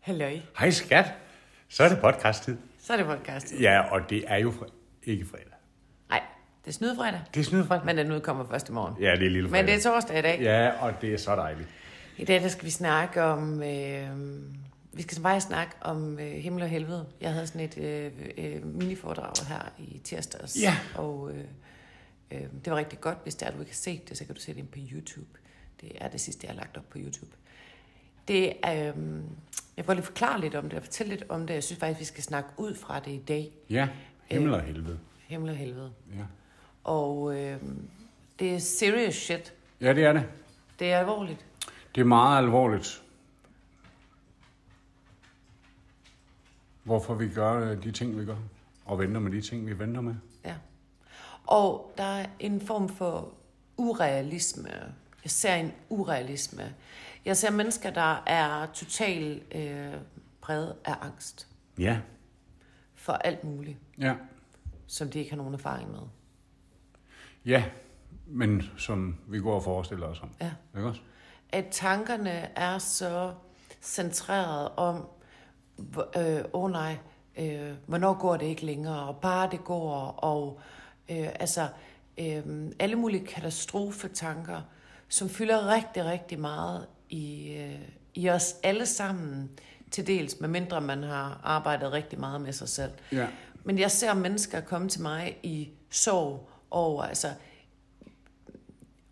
Hej skat, så er det podcast-tid. Så er det podcast. Ja, og det er jo fre- ikke fredag. Nej, det er snydefredag. Det er snydefredag. Men den udkommer først i morgen. Ja, det er lille fredag. Men det er torsdag i dag. Ja, og det er så dejligt. I dag der skal vi snakke om... Øh, vi skal bare snakke om øh, himmel og helvede. Jeg havde sådan et øh, øh, miniforedrag her i tirsdags. Ja. Og øh, øh, det var rigtig godt. Hvis det er, du ikke har set det, så kan du se det inde på YouTube. Det er det sidste, jeg har lagt op på YouTube. Det er... Øh, jeg vil lige forklare lidt om det og fortælle lidt om det. Jeg synes faktisk, vi skal snakke ud fra det i dag. Ja, himmel og helvede. Himmel og helvede. Ja, Og øh, det er serious shit. ja det er det. Det er alvorligt. Det er meget alvorligt. Hvorfor vi gør øh, de ting, vi gør. Og venter med de ting, vi venter med. Ja. Og der er en form for urealisme. Jeg ser en urealisme. Jeg ser mennesker, der er totalt øh, præget af angst Ja. for alt muligt, Ja. som de ikke har nogen erfaring med. Ja, men som vi går og forestiller os om. Ja. Ikke også? At tankerne er så centreret om, hvor- øh, åh nej, øh, hvornår går det ikke længere, og bare det går, og øh, altså øh, alle mulige katastrofetanker, som fylder rigtig, rigtig meget i, øh, i os alle sammen, til dels, medmindre man har arbejdet rigtig meget med sig selv. Ja. Men jeg ser mennesker komme til mig i sorg over, altså,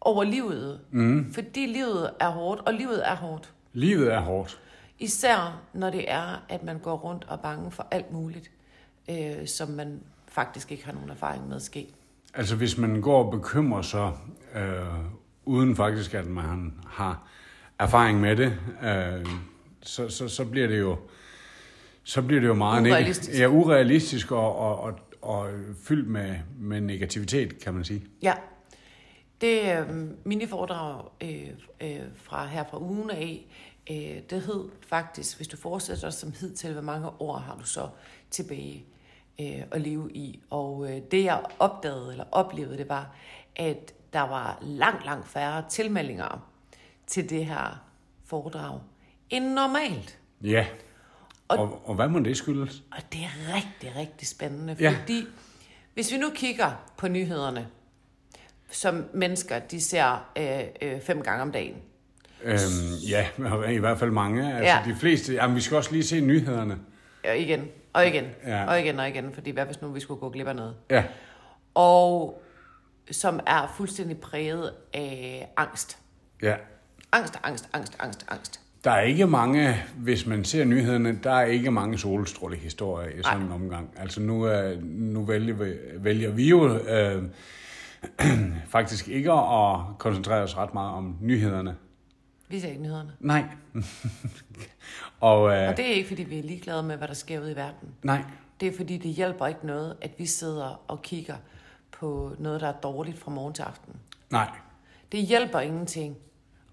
over livet. Mm. Fordi livet er hårdt, og livet er hårdt. Livet er hårdt. Især når det er, at man går rundt og er bange for alt muligt, øh, som man faktisk ikke har nogen erfaring med at ske. Altså hvis man går og bekymrer sig, øh, uden faktisk at man har erfaring med det, øh, så, så, så bliver det jo så bliver det jo meget neg- Urealistisk. ja, urealistisk og, og, og, og fyldt med, med negativitet, kan man sige. Ja, det øh, miniforedrag øh, øh, fra her fra ugen af, øh, det hed faktisk, hvis du fortsætter som hidtil, hvor mange år har du så tilbage øh, at leve i? Og øh, det jeg opdagede eller oplevede, det var, at der var langt, langt færre tilmeldinger til det her foredrag end normalt. Ja. Og, Og- og, og hvad må det skyldes? Og det er rigtig, rigtig spændende, Ja. fordi hvis vi nu kigger på nyhederne, som mennesker, de ser øh, øh, fem gange om dagen. Øhm, ja, i hvert fald mange. Altså Ja. de fleste. Jamen, vi skal også lige se nyhederne. Og igen, og igen, Ja. ja. og igen, og igen, fordi hvad hvis nu vi skulle gå glip af noget? Ja. Og som er fuldstændig præget af angst. Ja. Angst, angst, angst, angst, angst. Der er ikke mange, hvis man ser nyhederne, der er ikke mange solstrålehistorier i sådan en omgang. Altså nu, er, nu vælger, vi, vælger vi jo øh, faktisk ikke at koncentrere os ret meget om nyhederne. Vi ser ikke nyhederne. Nej. og øh, Og det er ikke, fordi vi er ligeglade med, hvad der sker ude i verden. nej, Det er, fordi det hjælper ikke noget, at vi sidder og kigger på noget, der er dårligt fra morgen til aften. nej, Det hjælper ingenting.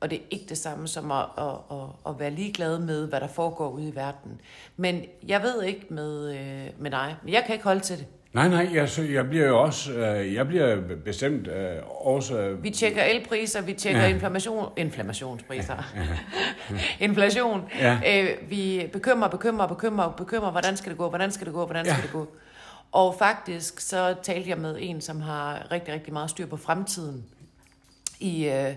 Og det er ikke det samme som at, at, at, at være ligeglad med, hvad der foregår ude i verden. Men jeg ved ikke med, øh, med dig, men jeg kan ikke holde til det. nej, nej, jeg, så jeg bliver jo også, øh, jeg bliver bestemt øh, også, Vi tjekker elpriser, vi tjekker ja. inflammation, inflammationspriser, inflation. Ja. Øh, vi bekymrer, bekymrer, bekymrer, bekymrer, hvordan skal det gå, hvordan skal det gå, hvordan skal Ja. det gå. Og faktisk så talte jeg med en, som har rigtig, rigtig meget styr på fremtiden i, øh,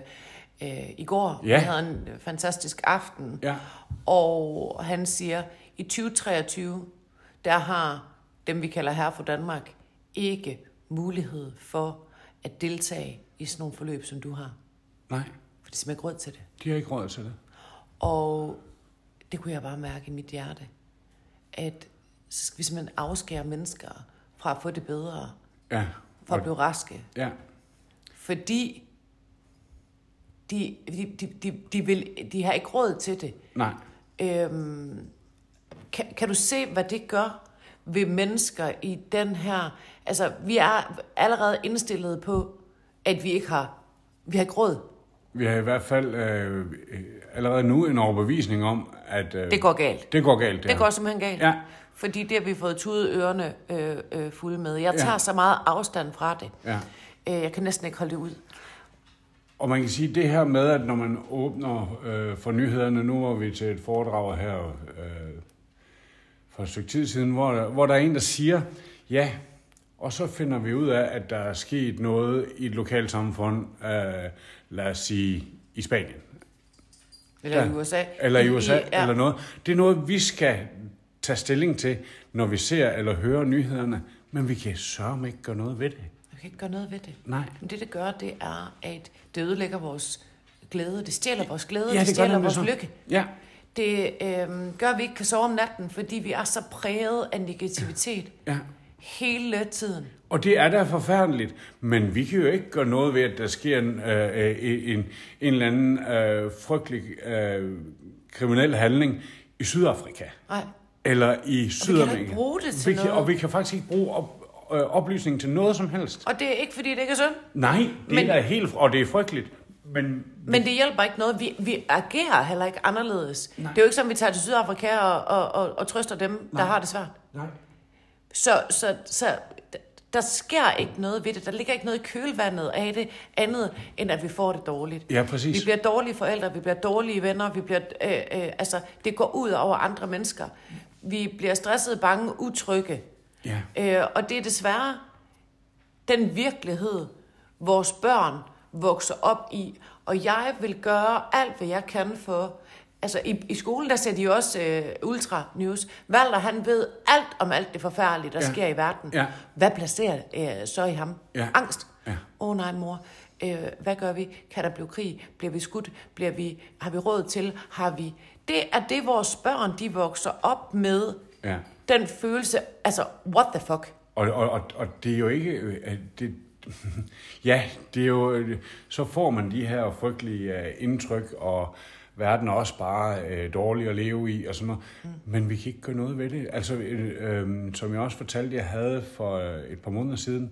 øh, i går. Ja. Vi havde en fantastisk aften. ja, Og han siger, i 2023, der har dem, vi kalder herre for Danmark, ikke mulighed for at deltage i sådan nogle forløb, som du har. nej, For det er simpelthen ikke råd til det. de har ikke råd til det. Og det kunne jeg bare mærke i mit hjerte, at så skal vi simpelthen afskære mennesker fra at få det bedre, Ja, fra at og, blive raske. ja, Fordi de, de, de, de, de, vil, de har ikke råd til det. nej, Øhm, kan, kan du se, hvad det gør ved mennesker i den her... Altså, vi er allerede indstillet på, at vi ikke har, vi har ikke råd. vi har i hvert fald øh, øh, allerede nu en overbevisning om, at øh, Det går galt. det går galt. Det her. går simpelthen galt. Ja. Fordi det har vi fået tudet ørerne øh, øh, fulde med. Jeg Ja. tager så meget afstand fra det. Ja. Øh, jeg kan næsten ikke holde det ud. Og man kan sige, det her med, at når man åbner øh, for nyhederne, nu var vi til et foredrag her øh, for et stykke tid siden, hvor, hvor der er en, der siger, ja, og så finder vi ud af, at der er sket noget i et lokalt samfund, øh, lad os sige i Spanien. Eller Ja. i USA. Eller i USA, ja. ja. eller noget. Det er noget, vi skal tage stilling til, når vi ser eller hører nyhederne, men vi kan sørge ikke gøre noget ved det. Jeg kan ikke gøre noget ved det. Nej. Men det, det gør, det er, at det ødelægger vores glæde. Det stjæler vores glæde. gør det stjæler nemlig vores sådan. lykke. Ja, Det øh, gør, at vi ikke kan sove om natten, fordi vi er så præget af negativitet ja. hele tiden. Og det er da forfærdeligt, men vi kan jo ikke gøre noget ved, at der sker en, øh, øh, en, en eller anden øh, frygtelig øh, kriminel handling i Sydafrika. Nej, Eller i Sydamerika. ikke bruge det til vi kan, noget. Og vi kan faktisk ikke bruge op, øh, oplysningen til noget som helst. og det er ikke, fordi det ikke er synd. Nej, det Men- men, er helt... Og det er frygteligt, men... Men det hjælper ikke noget. Vi, vi agerer heller ikke anderledes. Nej. Nej. Det er jo ikke som, vi tager til Sydafrika og, og, og, og trøster dem, Nej. der har det svært. Nej. Så, så, så d- der sker ikke noget ved det. Der ligger ikke noget i kølvandet af det andet, end at vi får det dårligt. Ja, præcis. Vi bliver dårlige forældre, vi bliver dårlige venner, vi bliver, øh, øh, altså, det går ud over andre mennesker. Vi bliver stressede, bange, utrygge. Ja. Øh, og det er desværre den virkelighed, vores børn vokser op i. Og jeg vil gøre alt, hvad jeg kan for... Altså, i, i skolen, der ser de jo også øh, Ultra News. Valder, han ved alt om alt det forfærdelige, der ja. Ja. sker i verden. Ja. Hvad placerer øh, så i ham? Ja. Angst. Ja. Åh oh, nej, mor. Øh, hvad gør vi? Kan der blive krig? Bliver vi skudt? Bliver vi, har vi råd til? Har vi... Det er det, vores børn, de vokser op med Ja. den følelse, altså, what the fuck? Og, og, og, og det er jo ikke... øh, at Det, ja, det er jo... øh, Så får man de her frygtelige øh, indtryk, og verden er også bare øh, dårlig at leve i, og sådan noget. Men vi kan ikke gøre noget ved det. Altså, øh, øh, som jeg også fortalte, jeg havde for øh, et par måneder siden,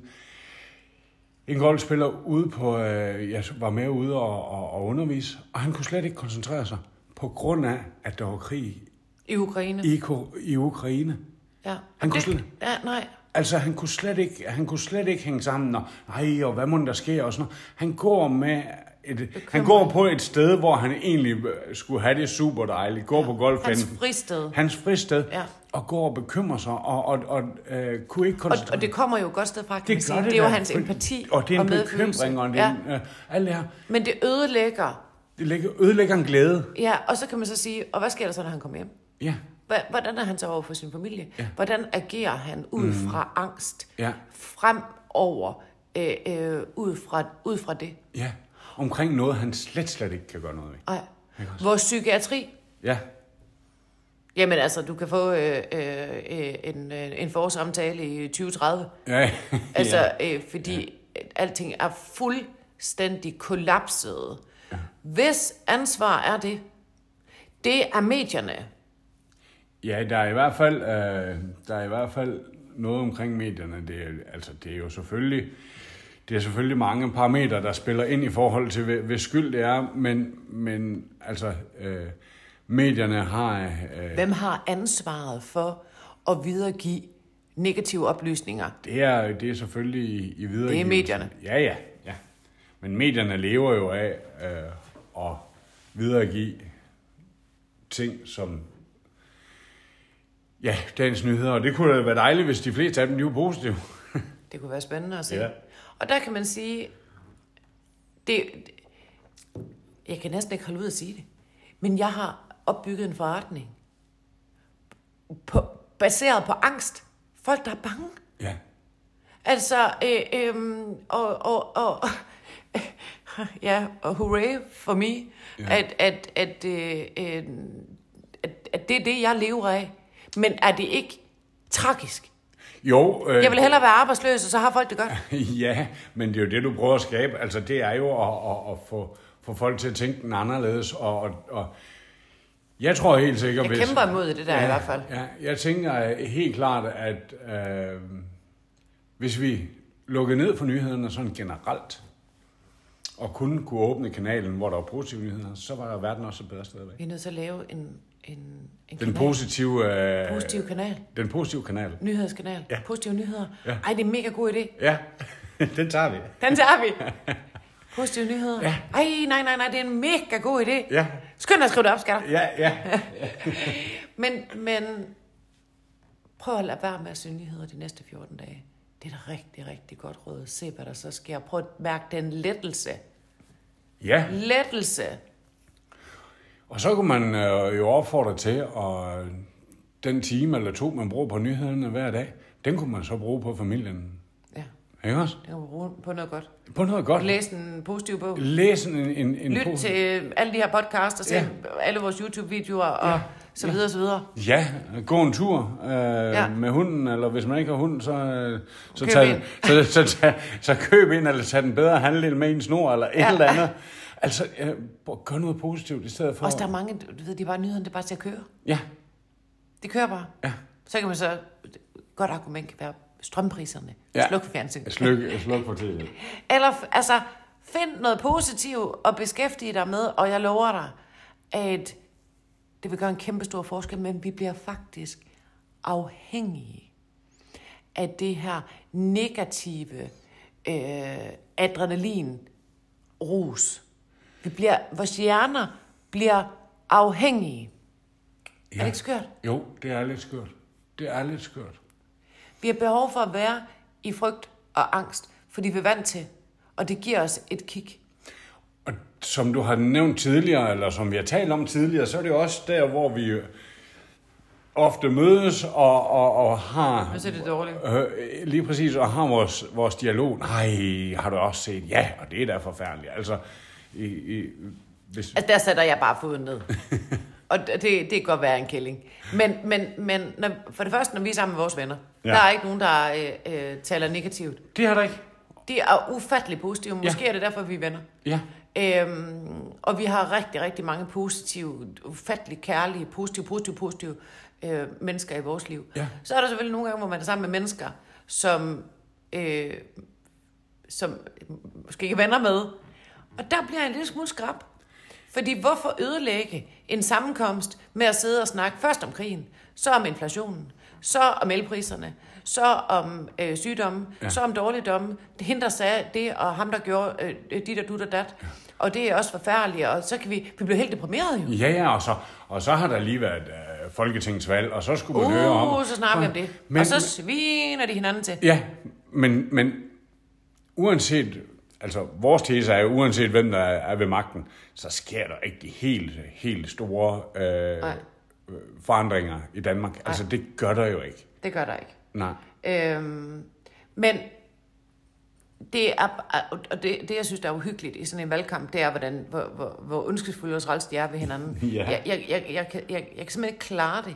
en golfspiller ude på... Øh, jeg var med ude og, og, og undervise, og han kunne slet ikke koncentrere sig, på grund af, at der var krig I Ukraine. i, Ko- i Ukraine. ja. Han Og kunne det, slet- ja, nej. Altså, han kunne slet ikke, han kunne slet ikke hænge sammen, og, ej, og hvad må der sker, og sådan noget. Han går med et, han går på et sted, hvor han egentlig øh, skulle have det super dejligt, går ja, på golfbanen, Hans hans, fristed. hans fristed, Ja. ja. og går og bekymrer sig, og, og, og øh, kunne ikke Og, koncentrere og det kommer jo et godt sted fra, kan man sige. gør det er jo da. hans empati og det er en medfølelse. bekymring, og det er ja. ja. en, øh, alt det her. Men det ødelægger. Det lægger, ødelægger en glæde. Ja, og så kan man så sige, og hvad sker der så, når han kommer hjem? Ja, Hva- Hvordan er han så over for sin familie? Ja. Hvordan agerer han ud fra angst? Mm. Ja. Frem over, øh, øh, ud, fra, ud fra det. ja. Omkring noget, han slet, slet ikke kan gøre noget ved. Ej. Vores psykiatri, Ja, Jamen altså, du kan få øh, øh, øh, en, øh, en forsamtale i 2030. ja. Altså, ja. øh, fordi ja. alting er fuldstændig kollapset. Ja. Hvis ansvar er det, det er medierne. Ja, der er i hvert fald, øh, der er i hvert fald noget omkring medierne. Det er, altså, det er jo selvfølgelig, det er selvfølgelig mange parametre, der spiller ind i forhold til, hvad, hvad skyld det er, men, men altså, øh, medierne har... Øh, Hvem har ansvaret for at videregive negative oplysninger? det, er, det er selvfølgelig i, i videre... medierne. Ja, ja, ja. Men medierne lever jo af øh, at videregive ting, som Ja, dagens nyheder, og det kunne da være dejligt, hvis de fleste af dem de var positive. Det kunne være spændende at se. Ja. Ja. Og der kan man sige, det, jeg kan næsten ikke holde ud at sige det, men jeg har opbygget en forretning på, baseret på angst. Folk, der er bange. Ja, Altså, øh, øh, og, og, og, ja, og hooray for me, ja. Ja. at, at, at, øh, øh, at, at det er det, jeg lever af. Men er det ikke tragisk? Jo, øh, Jeg vil hellere være arbejdsløs, og så har folk det godt. ja, men det er jo det, du prøver at skabe. Altså, det er jo at, at, at få, få folk til at tænke den anderledes. Og, og, og jeg tror helt sikkert, Jeg kæmper imod det der ja. i hvert fald. Ja, jeg tænker øh, helt klart, at øh, hvis vi lukkede ned for nyhederne sådan generelt, og kun kunne åbne kanalen, hvor der var positive nyheder, så var verden også et bedre sted at være. Vi er nødt til at lave en, en, en Den kanal. positive, øh, positiv kanal. den positive kanal. Nyhedskanal. Ja. Ja. Positive nyheder. Ja. Ja. Ej, det er en mega god idé. Ja, den tager vi. Den tager vi. Positive nyheder. Ja. Ej, nej, nej, nej, det er en mega god idé. Ja, Skynd dig at skrive det op, skatter. ja, ja. Men, men Prøv at lade være med at se nyheder de næste 14 dage. Det er et rigtig, rigtig godt råd. Se, hvad der så sker. Prøv at mærke den lettelse. Ja, Lettelse! og så kunne man øh, jo opfordre til, og øh, den time eller to, man bruger på nyhederne hver dag, den kunne man så bruge på familien. Ja, Ikke også? det kan man bruge på noget godt. På noget godt. Læs en positiv bog. Læs en, en, en Lyt pose- til alle de her podcasts og se Ja. alle vores YouTube-videoer og Ja. så videre og så videre. Ja, gå en tur øh, ja. Ja. med hunden, eller hvis man ikke har hund, så, øh, så, Køb tag, en. så, så, tag, så køb en, eller tag den bedre halvdel med en snor, eller et ja. eller andet. Altså, øh, prøv- gør noget positivt i stedet for... Også der er mange, du ved, det er bare nyhederne, det er bare til at køre. Ja, Det kører bare. Ja. Så kan man så, et godt argument kan være strømpriserne. Ja. Ja. Sluk for fjernsyn. sluk, sluk for tiden. Eller f- altså, find noget positivt og beskæftige dig med, og jeg lover dig, at det vil gøre en kæmpe stor forskel, men vi bliver faktisk afhængige af det her negative øh, adrenalin rus. Vi bliver, vores hjerner bliver afhængige. Ja. Er det ikke skørt? Jo, det er lidt skørt. Det er lidt skørt. Vi har behov for at være i frygt og angst, fordi vi er vant til, og det giver os et kick. Og som du har nævnt tidligere, eller som vi har talt om tidligere, så er det jo også der, hvor vi ofte mødes og, og, og har... Nu er det dårligt. Øh, lige præcis, og har vores, vores dialog. Nej, har du også set? Ja, og det er da forfærdeligt. Altså, i, i, hvis, Altså, der sætter jeg bare foden ned. Og det, det kan godt være en kælling. Men, men, men når, for det første, når vi er sammen med vores venner, Ja. ja. der er ikke nogen, der øh, øh, taler negativt. det har der ikke. De er ufattelig positive. Måske ja. er det derfor, vi er venner. Ja. Øhm, og vi har rigtig, rigtig mange positive, ufattelig kærlige, positive, positive, positive øh, mennesker i vores liv. Ja. Så er der selvfølgelig nogle gange, hvor man er sammen med mennesker, som, øh, som måske ikke er venner med. Og der bliver jeg en lille smule skrab. Fordi hvorfor ødelægge en sammenkomst med at sidde og snakke først om krigen, så om inflationen, så om elpriserne, så om øh, sygdomme, Ja. ja. så om dårligdomme, det hende, der sagde det, og ham, der gjorde øh, dit og dut og dat, ja. og det er også forfærdeligt, og så kan vi, vi bliver helt deprimeret jo. Ja, ja, og så, og så har der lige været øh, folketingsvalg, og så skulle man høre om... Uh, så snakker vi om det. Men- Men, og så sviner de hinanden til. Ja, men, men uanset, altså vores tese er jo, uanset hvem der er ved magten, så sker der ikke de helt, helt store øh, Nej. øh, forandringer i Danmark. Altså det gør der jo ikke. Det gør der ikke. Nej. Øhm, men det er, og det, det, jeg synes, der er uhyggeligt i sådan en valgkamp, det er, hvordan, hvor, hvor, hvor ondskabsfulde og træls de er ved hinanden. Ja. Jeg, jeg, jeg, jeg, kan- jeg, jeg kan simpelthen ikke klare det.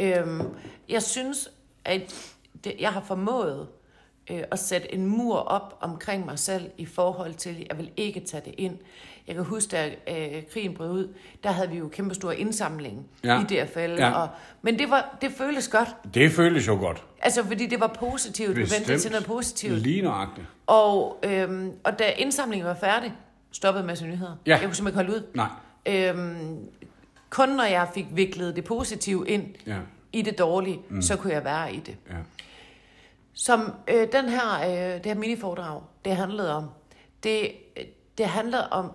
Øhm, jeg synes, at det, jeg har formået øh, at sætte en mur op omkring mig selv i forhold til, jeg vil ikke tage det ind. Jeg kan huske, da øh, krigen brød ud, der havde vi jo kæmpe stor indsamling Ja. i DFL. Ja. Og, men det, var, det føles godt. Det føles jo godt. Altså, fordi det var positivt. Du vendte det til noget positivt. Lige nøjagtigt. Og, øhm, og da indsamlingen var færdig, stoppede med nyheder. Ja. Jeg kunne simpelthen ikke holde ud. Nej. Øhm, kun når jeg fik viklet det positive ind Ja. i det dårlige, mm. så kunne jeg være i det. Ja. Som øh, den her, øh, det her miniforedrag, det handlede om, det, det handlede om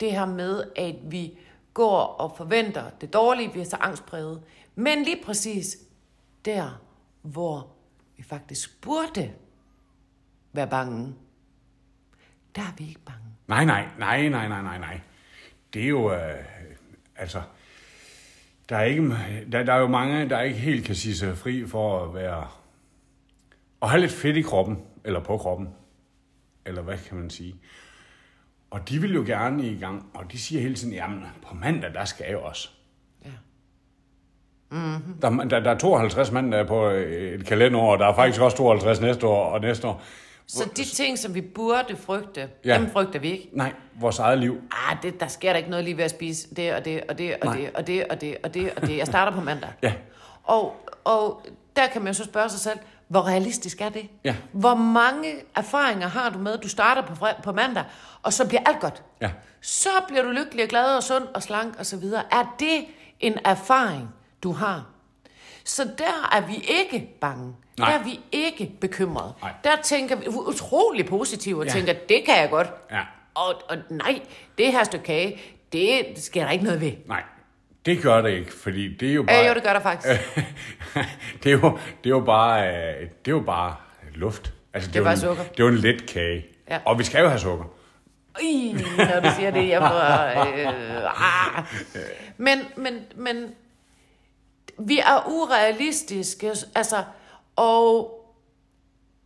det her med, at vi går og forventer det dårlige, vi er så angstpræget. Men lige præcis der, hvor vi faktisk burde være bange, der er vi ikke bange. Nej, nej, nej, nej, nej, nej, nej. Det er jo, øh, altså, der er, ikke, der, der er jo mange, der ikke helt kan sige sig fri for at være, og have lidt fedt i kroppen, eller på kroppen, eller hvad kan man sige. Og de vil jo gerne i gang, og de siger hele tiden, jamen, på mandag, der skal jeg også. Ja. Der, er- der, der er 52 mand der er på øh, et kalenderår, og der er faktisk også 52 næste år og næste år. Så de ting, som vi burde frygte, Ja. ja. dem frygter vi ikke. Nej, vores eget liv. Ah, det, der sker der ikke noget lige ved at spise det og det og det og Nej. det og det og det og det og det. Jeg starter på mandag. Ja. Og, og der kan man så spørge sig selv, hvor realistisk er det? Ja. Hvor mange erfaringer har du med, du starter på, fre- på mandag, og så bliver alt godt? Ja. Så bliver du lykkelig og glad og sund og slank og så videre. Er det en erfaring, du har? Så der er vi ikke bange. Nej. Der er vi ikke bekymrede. Nej. Der tænker vi utrolig positivt og Ja. ja. tænker, det kan jeg godt. Ja. Og, og nej, det her stykke kage, det sker der ikke noget ved. Nej, Det gør det ikke, fordi det er jo bare... Øh, jo, det gør der faktisk. det, er jo, det er jo bare, øh, det er jo bare luft. Altså, Det er jo bare en, sukker. Det er jo en let kage. Ja. Og vi skal jo have sukker. Ih, når du siger det, jeg får... Øh, ah. Men, men, men... Vi er urealistiske, altså... Og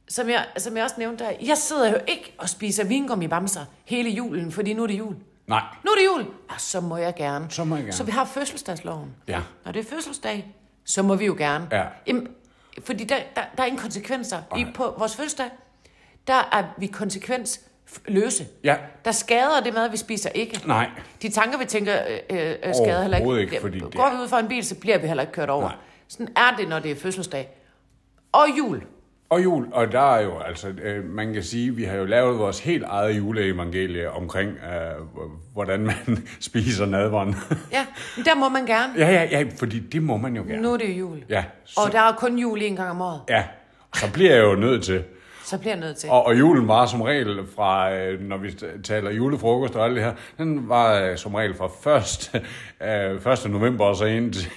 som jeg, som jeg også nævnte der, jeg sidder jo ikke og spiser vingummi bamser hele julen, fordi nu er det jul. Nej. Nu er det jul! Og så må jeg gerne. Så må jeg gerne. Så vi har fødselsdagsloven. Ja. Når det er fødselsdag, så må vi jo gerne. Ja. Jamen, fordi der, der, der er ingen konsekvenser. I, på vores fødselsdag, der er vi konsekvensløse. Ja. Der skader det mad, vi spiser ikke. Nej. De tanker, vi tænker, øh, øh, skader heller ikke. Overhovedet ikke, fordi det Går vi ud for en bil, så bliver vi heller ikke kørt over. Nej. Sådan er det, når det er fødselsdag. Og jul. Og jul, og der er jo, altså, øh, man kan sige, vi har jo lavet vores helt eget juleevangelie omkring, øh, h- hvordan man spiser nadveren. Ja, men der må man gerne. ja, ja, ja, fordi det må man jo gerne. Nu er det jo jul. Ja, så, Og der er kun jul en gang om året. ja, så bliver jeg jo nødt til. Så bliver jeg nødt til. Og, og julen var som regel fra, øh, når vi taler julefrokost og alt det her, den var øh, som regel fra 1. Øh, 1. november og så ind til...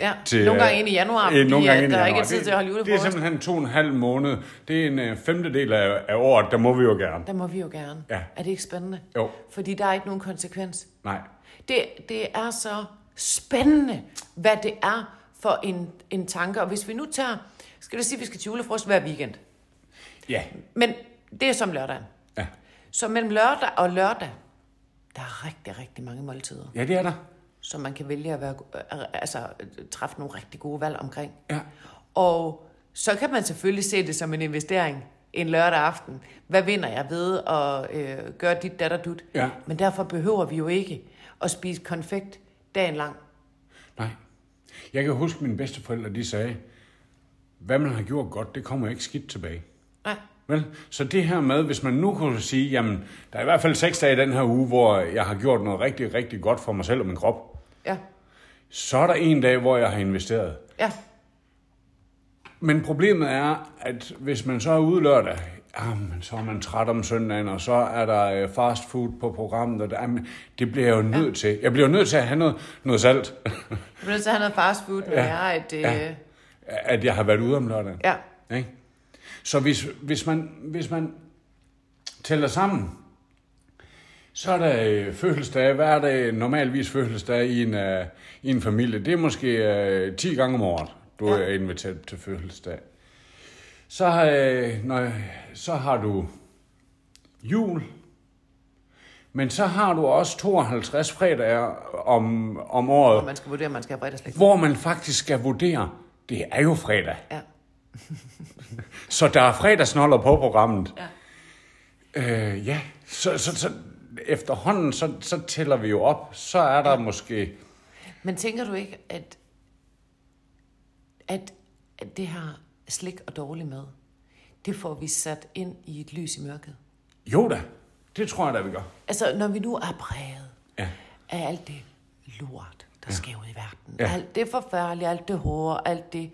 Ja, nogle gange ind i januar, Øh, fordi, nogle gange øh, ind i der er januar. ikke tid til at holde Det er julefrokost. simpelthen to og en halv måned. Det er en øh, femtedel af, af året, der må vi jo gerne. Der må vi jo gerne. Ja. Er det ikke spændende? Jo. Fordi der er ikke nogen konsekvens. Nej. Det, det er så spændende, hvad det er for en, en tanke. Og hvis vi nu tager, skal det sige, at vi skal til julefrokost hver weekend. Ja. Men det er som lørdagen. Ja, Så mellem lørdag og lørdag, der er rigtig, rigtig mange måltider, ja det er der. som man kan vælge at være, altså, træffe nogle rigtig gode valg omkring. Ja. Og så kan man selvfølgelig se det som en investering en lørdag aften. Hvad vinder jeg ved at øh, gøre dit datter dut? Ja. Men derfor behøver vi jo ikke at spise konfekt dagen lang. Nej. Jeg kan huske, mine bedsteforældre, de sagde, hvad man har gjort godt, det kommer ikke skidt tilbage. Nej. Vel? Så det her med, hvis man nu kunne sige, jamen, der er i hvert fald seks dage i den her uge, hvor jeg har gjort noget rigtig, rigtig godt for mig selv og min krop, Ja. så er der en dag, hvor jeg har investeret. Ja. Men problemet er, at hvis man så er ude lørdag, jamen, så er man træt om søndagen, og så er der øh, fast food på programmet, og der, jamen, det bliver jeg jo nødt til. Jeg bliver jo nødt til at have noget, noget salt, Du bliver nødt til at have noget fast food, når ja. jeg er et... Øh, ja. at jeg har været ude om lørdagen. ja. Ikke? Så hvis, hvis, man, hvis man tæller sammen, så er der øh, fødselsdage. Hvad er det normalvis fødselsdage i en, øh, i en familie? Det er måske øh, 10 gange om året, du Ja. ja. er inviteret til fødselsdag. Så, har, øh, når, så har du jul, men så har du også 52 fredage om, om året, Og man skal vurdere, om man skal have fredagsslik. hvor man faktisk skal vurdere, det er jo fredag. Ja. Så der er fredagsnoller på programmet. Ja. Øh, ja, så, så, så efterhånden, så, så tæller vi jo op. Så er der ja. måske... Men tænker du ikke, at, at, at det her slik og dårlig mad, det får vi sat ind i et lys i mørket? Jo da, det tror jeg da, vi gør. Altså, når vi nu er præget Ja. af alt det lort, der ja. sker ud i verden. Ja. Ja. Alt det forfærdelige, alt det hårde, alt det...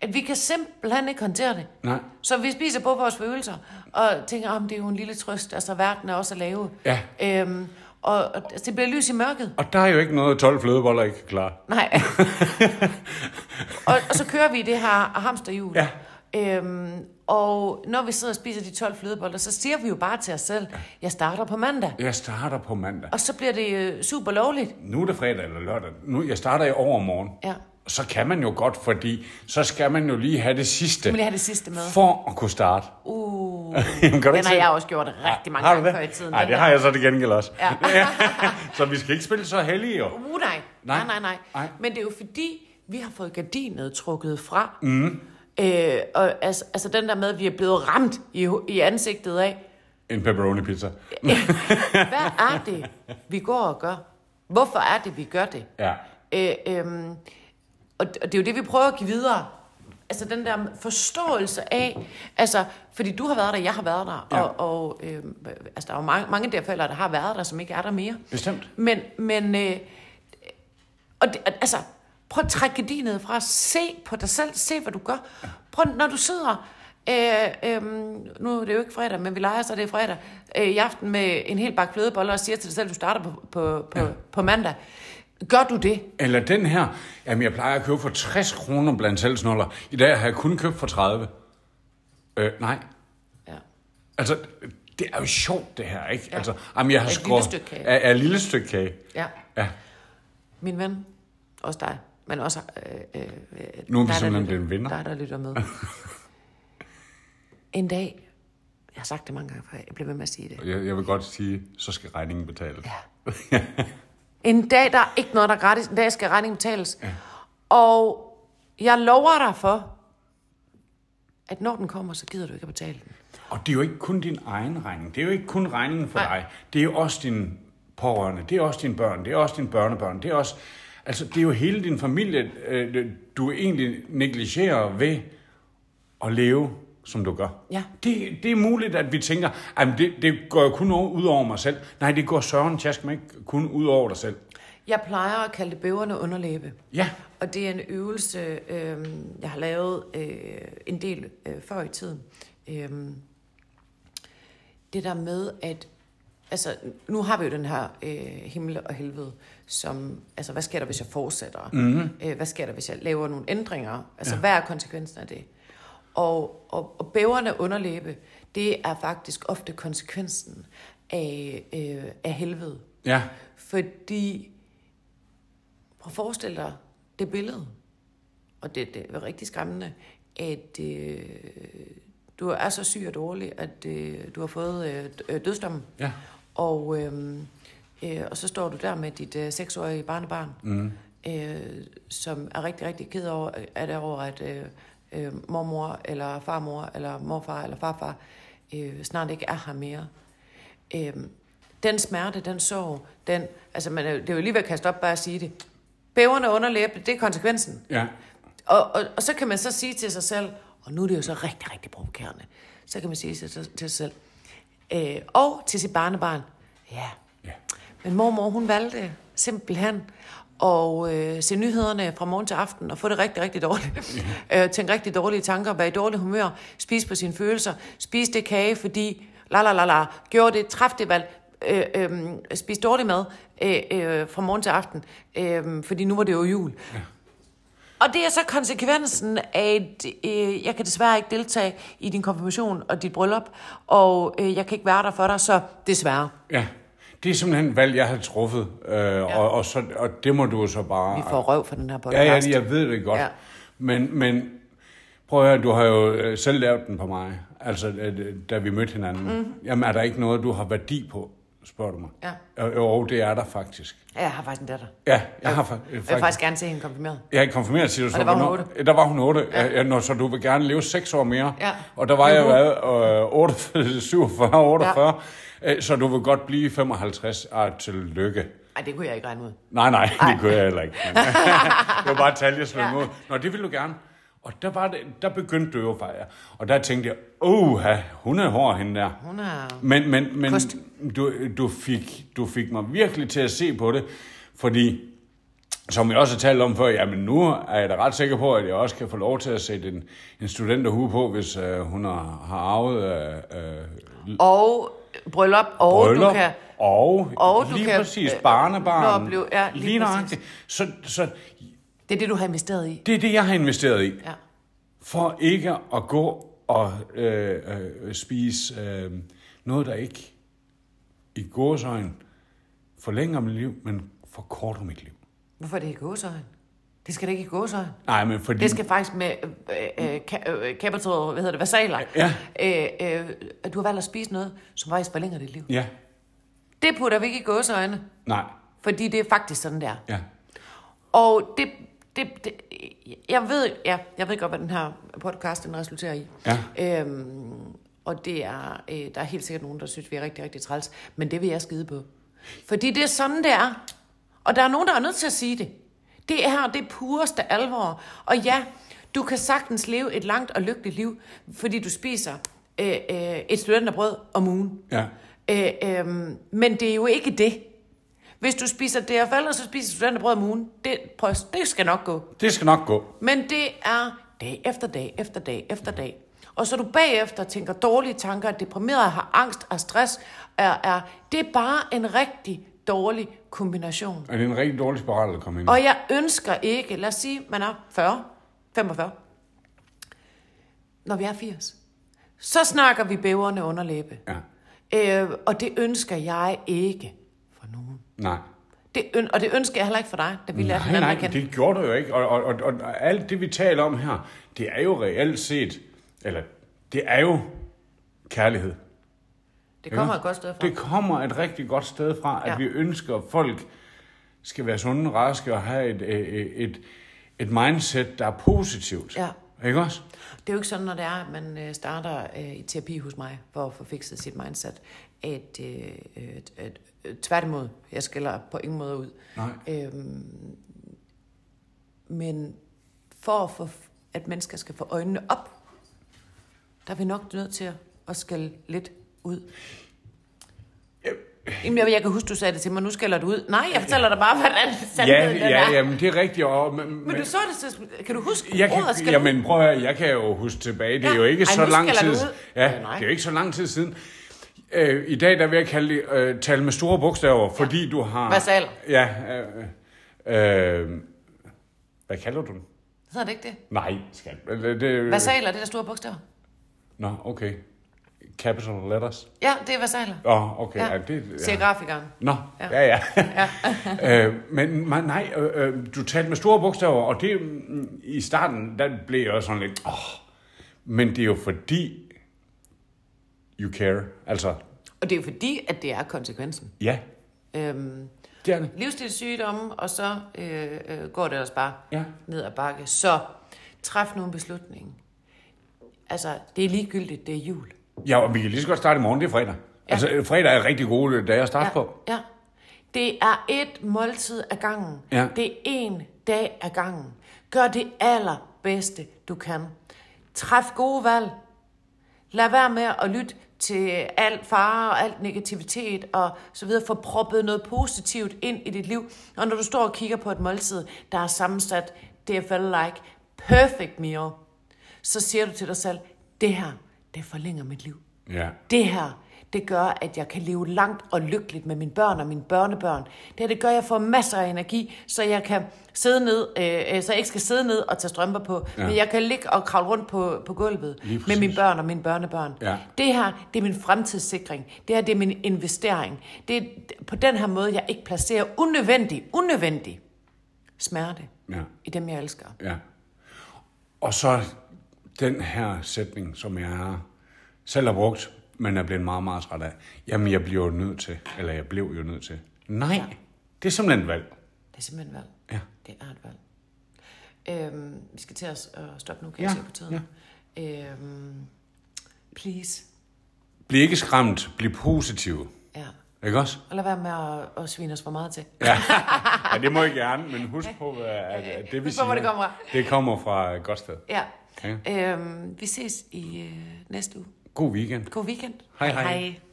At vi kan simpelthen ikke håndtere det. Nej. Så vi spiser på vores følelser, og tænker, om det er jo en lille trøst, altså verden er også at lave. Ja. Øhm, og, og altså, det bliver lys i mørket. Og der er jo ikke noget, 12 flødeboller ikke kan klare. Nej. og, og så kører vi i det her hamsterhjul. Ja. Øhm, og når vi sidder og spiser de 12 flødeboller, så siger vi jo bare til os selv, jeg starter på mandag. Jeg starter på mandag. Og så bliver det øh, super lovligt. Nu er det fredag eller lørdag. Nu, jeg starter i overmorgen. Ja. Så kan man jo godt, fordi så skal man jo lige have det sidste, Nu vil jeg have det sidste med. for at kunne starte. Uh, Jamen, kan du den ikke har se- jeg også gjort rigtig mange har du gange det? før i tiden. Nej, den det der. har jeg så til gengæld også. Ja. så vi skal ikke spille så heldige, jo. Uh, nej. Nej. nej, Nej. nej, nej. Nej. Men det er jo fordi, vi har fået gardinet trukket fra. Mm. Øh, og altså, altså den der med, at vi er blevet ramt i, ho- i ansigtet af, En pepperoni pizza. hvad er det, vi går og gør? Hvorfor er det, vi gør det? Ja. Øh, øhm, og, og det er jo det, vi prøver at give videre. Altså den der forståelse af, altså, fordi du har været der, jeg har været der, Ja. og, og øhm, altså, der er jo mange, mange der forældre, der har været der, som ikke er der mere. Bestemt. Men, men øh, og det, altså, prøv at trække gardinet fra, se på dig selv, se hvad du gør. Prøv, når du sidder, øh, øh, nu er det jo ikke fredag, men vi leger så det er fredag, øh, i aften med en hel bakke flødeboller og siger til dig selv, du starter på, på, på, ja. på mandag. Gør du det? Eller den her, jamen jeg plejer at købe for 60 kroner blandt selvsnoller. I dag har jeg kun købt for 30. Øh, nej. Ja. Altså, det er jo sjovt det her, ikke? Ja. Altså, jamen jeg har Af et lille skåret... stykke kage. Af, af et lille stykke kage. ja. Ja, Min ven, også dig, men også øh, øh, nu er vi dig, der simpelthen lytter- blevet venner. dig, der lytter med. en dag, jeg har sagt det mange gange før, jeg bliver ved med at sige det. Jeg, jeg vil godt sige, så skal regningen betales. Ja. en dag, der er ikke noget, der er gratis. En dag skal regningen betales. Ja. Og jeg lover dig for, at når den kommer, så gider du ikke at betale den. Og det er jo ikke kun din egen regning. Det er jo ikke kun regningen for Nej. dig. Det er jo også dine pårørende. Det er også dine børn. Det er også dine børnebørn. Det er også... Altså, det er jo hele din familie, øh, du egentlig negligerer ved at leve, som du gør. Ja. Det, det er muligt, at vi tænker, at det, det går jo kun over- ud over mig selv. Nej, det går Søren Tjask mig ikke kun ud over dig selv. Jeg plejer at kalde det bæverne underlæbe. Ja, Og det er en øvelse, øh, jeg har lavet øh, en del øh, før i tiden. Øh, det der med, at altså, nu har vi jo den her øh, himmel og helvede, som, altså, hvad sker der, hvis jeg fortsætter? Mm-hmm. Øh, hvad sker der, hvis jeg laver nogle ændringer? Altså, ja. hvad er konsekvensen af det? Og, og, og bæverne underlæbe, det er faktisk ofte konsekvensen af, øh, af helvede. ja, Fordi, prøv at forestille dig det billede, og det, det er rigtig skræmmende, at øh, du er så syg og dårlig, at øh, du har fået øh, d- øh, dødsdommen. ja. Og, øh, øh, og så står du der med dit øh, seksårige barnebarn, mm. øh, som er rigtig, rigtig ked over, er det over at øh, øh, mormor, eller farmor, eller morfar, eller farfar øh, snart ikke er her mere. Øh, den smerte, den sorg, den, altså man, er jo- det er jo lige ved at kaste op bare at sige det. Bæverne underlæbe, det er konsekvensen. ja. Og, og, og så kan man så sige til sig selv, og nu er det jo så rigtig, rigtig provokerende, så kan man sige til, til sig selv, øh, og til sit barnebarn, ja, Ja. men mormor, hun valgte simpelthen at øh, se nyhederne fra morgen til aften og få det rigtig, rigtig dårligt. øh, tænke rigtig dårlige tanker, være i dårlig humør, spise på sine følelser, spise det kage, fordi la la la la, gjorde det, træf det valg, øh, øh, spise dårlig mad øh, øh, fra morgen til aften, øh, fordi nu var det jo jul. Og det er så konsekvensen af, at øh, jeg kan desværre ikke deltage i din konfirmation og dit bryllup, og øh, jeg kan ikke være der for dig, så desværre. ja. Det er simpelthen et valg, jeg har truffet, øh, ja. og, og, så, og det må du jo så bare... Vi får røv for den her Ja, ja, podcast. jeg ved det godt. Ja. Ja. Men, men prøv at høre, du har jo øh, selv lavet den på mig, altså øh, da vi mødte hinanden. Mhm. Mm. Jamen er der ikke noget, du har værdi på, spørger du mig? Ja. Og, og det er der faktisk. ja. Jeg har faktisk en datter. Ja, jeg har fa- øh, Jeg vil faktisk... faktisk gerne se hende konfirmeret. Jeg er ikke konfirmeret, siger du så. Og der var hun Hvornår- Der var hun 8. Ja. Ja, nå, så du vil gerne leve 6 år mere. Ja. Og der var Det er jeg været øh, 48, 47, 48. Ja. Øh, Så du vil godt blive 55. Ah, tillykke. Ej, det kunne jeg ikke regne ud. Nej, nej, det kunne jeg heller ikke. Men- det var bare et tal, jeg slog Ja. imod. Nå, det ville du gerne. Og der, var det, der begyndte du jo at fejre. Og der tænkte jeg, åh, hun er hård, hende der. Hun er... Men, men, men Kost. du, du, fik, du fik mig virkelig til at se på det, fordi, som jeg også har talt om før, jamen nu er jeg da ret sikker på, at jeg også kan få lov til at sætte en, en studenterhue på, hvis øh, hun har, har arvet øh, øh, Og bryllup, og bryllup, du kan... og, og du lige kan, præcis øh, barnebarn. nå, blive- ja, lige nøjagtigt. Så, så Det er det, du har investeret i. det er det, jeg har investeret i. Ja. For ikke at gå og øh, øh, spise øh, noget, der ikke i gåsøjen forlænger mit liv, men forkorter mit liv. Hvorfor er det i gåsøjen? Det skal da ikke i gåsøjen. Nej, men fordi... Det skal faktisk med øh, øh, ka- øh, capital, hvad hedder det, versaler. Ja. Øh, øh, du har valgt at spise noget, som faktisk forlænger dit liv. Ja, Det putter vi ikke i gåsøjne, nej, fordi det er faktisk sådan der. ja, Og det, det, det jeg ved, ja, jeg ved godt, hvad den her podcast den resulterer i. ja. Øhm, og det er, øh, der er helt sikkert nogen, der synes, vi er rigtig, rigtig træls. Men det vil jeg skide på. Fordi det er sådan, det er. Og der er nogen, der er nødt til at sige det. Det er det pureste alvor. Og ja, du kan sagtens leve et langt og lykkeligt liv, fordi du spiser øh, øh, et studenterbrød om ugen. ja. Øh, øhm, men det er jo ikke det. Hvis du spiser DFL, og så spiser du studenterbrød om ugen, det, prøv, at- det skal nok gå. Det skal nok gå. Men det er dag efter dag, efter dag, efter dag. Og så du bagefter tænker dårlige tanker, er deprimeret, har angst, har stress, er, er, det er bare en rigtig dårlig kombination. Og det er en rigtig dårlig spiral at komme ind i. Og jeg ønsker ikke, lad os sige, man er 40, 45, når vi er 80, så snakker vi bæverne under læbe. Ja. Øh, og det ønsker jeg ikke for nogen. Nej. Det øn- og det ønsker jeg heller ikke for dig, da vi lærte Nej, hinanden nej, at kende. det gjorde du jo ikke. Og, og, og, og, og alt det, vi taler om her, det er jo reelt set, eller det er jo kærlighed. Det kommer Ikke? et godt sted fra. Det kommer et rigtig godt sted fra, Ja. at ja. vi ønsker, at folk skal være sunde, raske og have et, et, et, et mindset, der er positivt. Ja. Ikke også? Det er jo ikke sådan, når det er, at man øh, starter øh, i terapi hos mig for at få fikset sit mindset. At, øh, øh, at, øh, tværtimod, jeg skiller på ingen måde ud. Nej. Øhm, men for at, få, at mennesker skal få øjnene op, der er vi nok nødt til at, at skælde lidt ud. Jamen, jeg, jeg kan huske, du sagde det til mig, nu skælder du ud. Nej, jeg fortæller dig bare, hvordan Ja, sandheden den ja, er. jamen, det er rigtigt. Og, men, Men du så det, så, kan du huske jeg ordet kan, skælde ud? jamen prøv at høre, jeg kan jo huske tilbage. Det er Ja. jo ikke Ej, så nu lang skælder tid. du ud. Ja, Nej. det er jo ikke så lang tid siden. Øh, I dag der vil jeg kalde det, øh, tale med store bogstaver, fordi du har... Versaler. Ja. Øh, øh, hvad kalder du den? Så er det ikke det. Nej, skat. Øh, Det, Versaler, det der store bogstaver. Nå, okay. Capital letters. Ja, det er versaler. Åh, oh, okay. Ja, Ja. Ja, det, Siger ja. grafikeren. Nå, ja, ja. ja. øh, men man, nej, øh, øh, du talte med store bogstaver, og det mm, i starten, der blev jeg også sådan lidt, åh, men det er jo fordi, you care. Altså, Og det er jo fordi, at det er konsekvensen. ja, Øhm, det er det. livsstilssygdomme, og så øh, øh, går det ellers bare Ja. ned ad bakke. Så træf nogle beslutninger. Altså, det er ligegyldigt, det er jul. Ja, og vi kan lige så godt starte i morgen, det er fredag. Ja. Altså, øh, fredag er rigtig gode dage at starte ja. Ja, på. ja. Det er et måltid ad gangen. Ja. Det er en dag ad gangen. Gør det allerbedste, du kan. Træf gode valg. Lad være med at lytte til alt fare og alt negativitet og så videre. Få proppet noget positivt ind i dit liv. Og når du står og kigger på et måltid, der er sammensat DFL-like perfect meal, så siger du til dig selv, det her, det forlænger mit liv Ja. det her, det gør, at jeg kan leve langt og lykkeligt med mine børn og mine børnebørn. Det her, det gør, at jeg får masser af energi, så jeg kan sidde ned, øh, øh, så jeg ikke skal sidde ned og tage strømper på, ja. Ja. men jeg kan ligge og kravle rundt på, på gulvet Lige med præcis. mine børn og mine børnebørn. Ja. Det her, det er min fremtidssikring. Det her, det er min investering. Det er på den her måde, jeg ikke placerer unødvendig, unødvendig smerte Ja. i dem, jeg elsker. Ja. Og så den her sætning, som jeg selv har brugt, men er blevet meget, meget træt af. Jamen, jeg bliver jo nødt til, eller jeg blev jo nødt til. Nej, det er simpelthen et valg. Det er simpelthen valg. Ja. Det er et valg. Øhm, vi skal til at at stoppe nu, kan Ja, jeg se på tiden. Ja. Øhm, please. Bliv ikke skræmt, bliv positiv. Ja. Ikke også? Og lad være med at, at svine os for meget til. Ja, det må jeg gerne, men husk på, hvad- at, at det vi Husk på, hvor det kommer fra. det kommer fra et godt sted. Ja. Ja. Øhm, vi ses i øh, næste uge. God weekend. God weekend. Hej, hej. hej.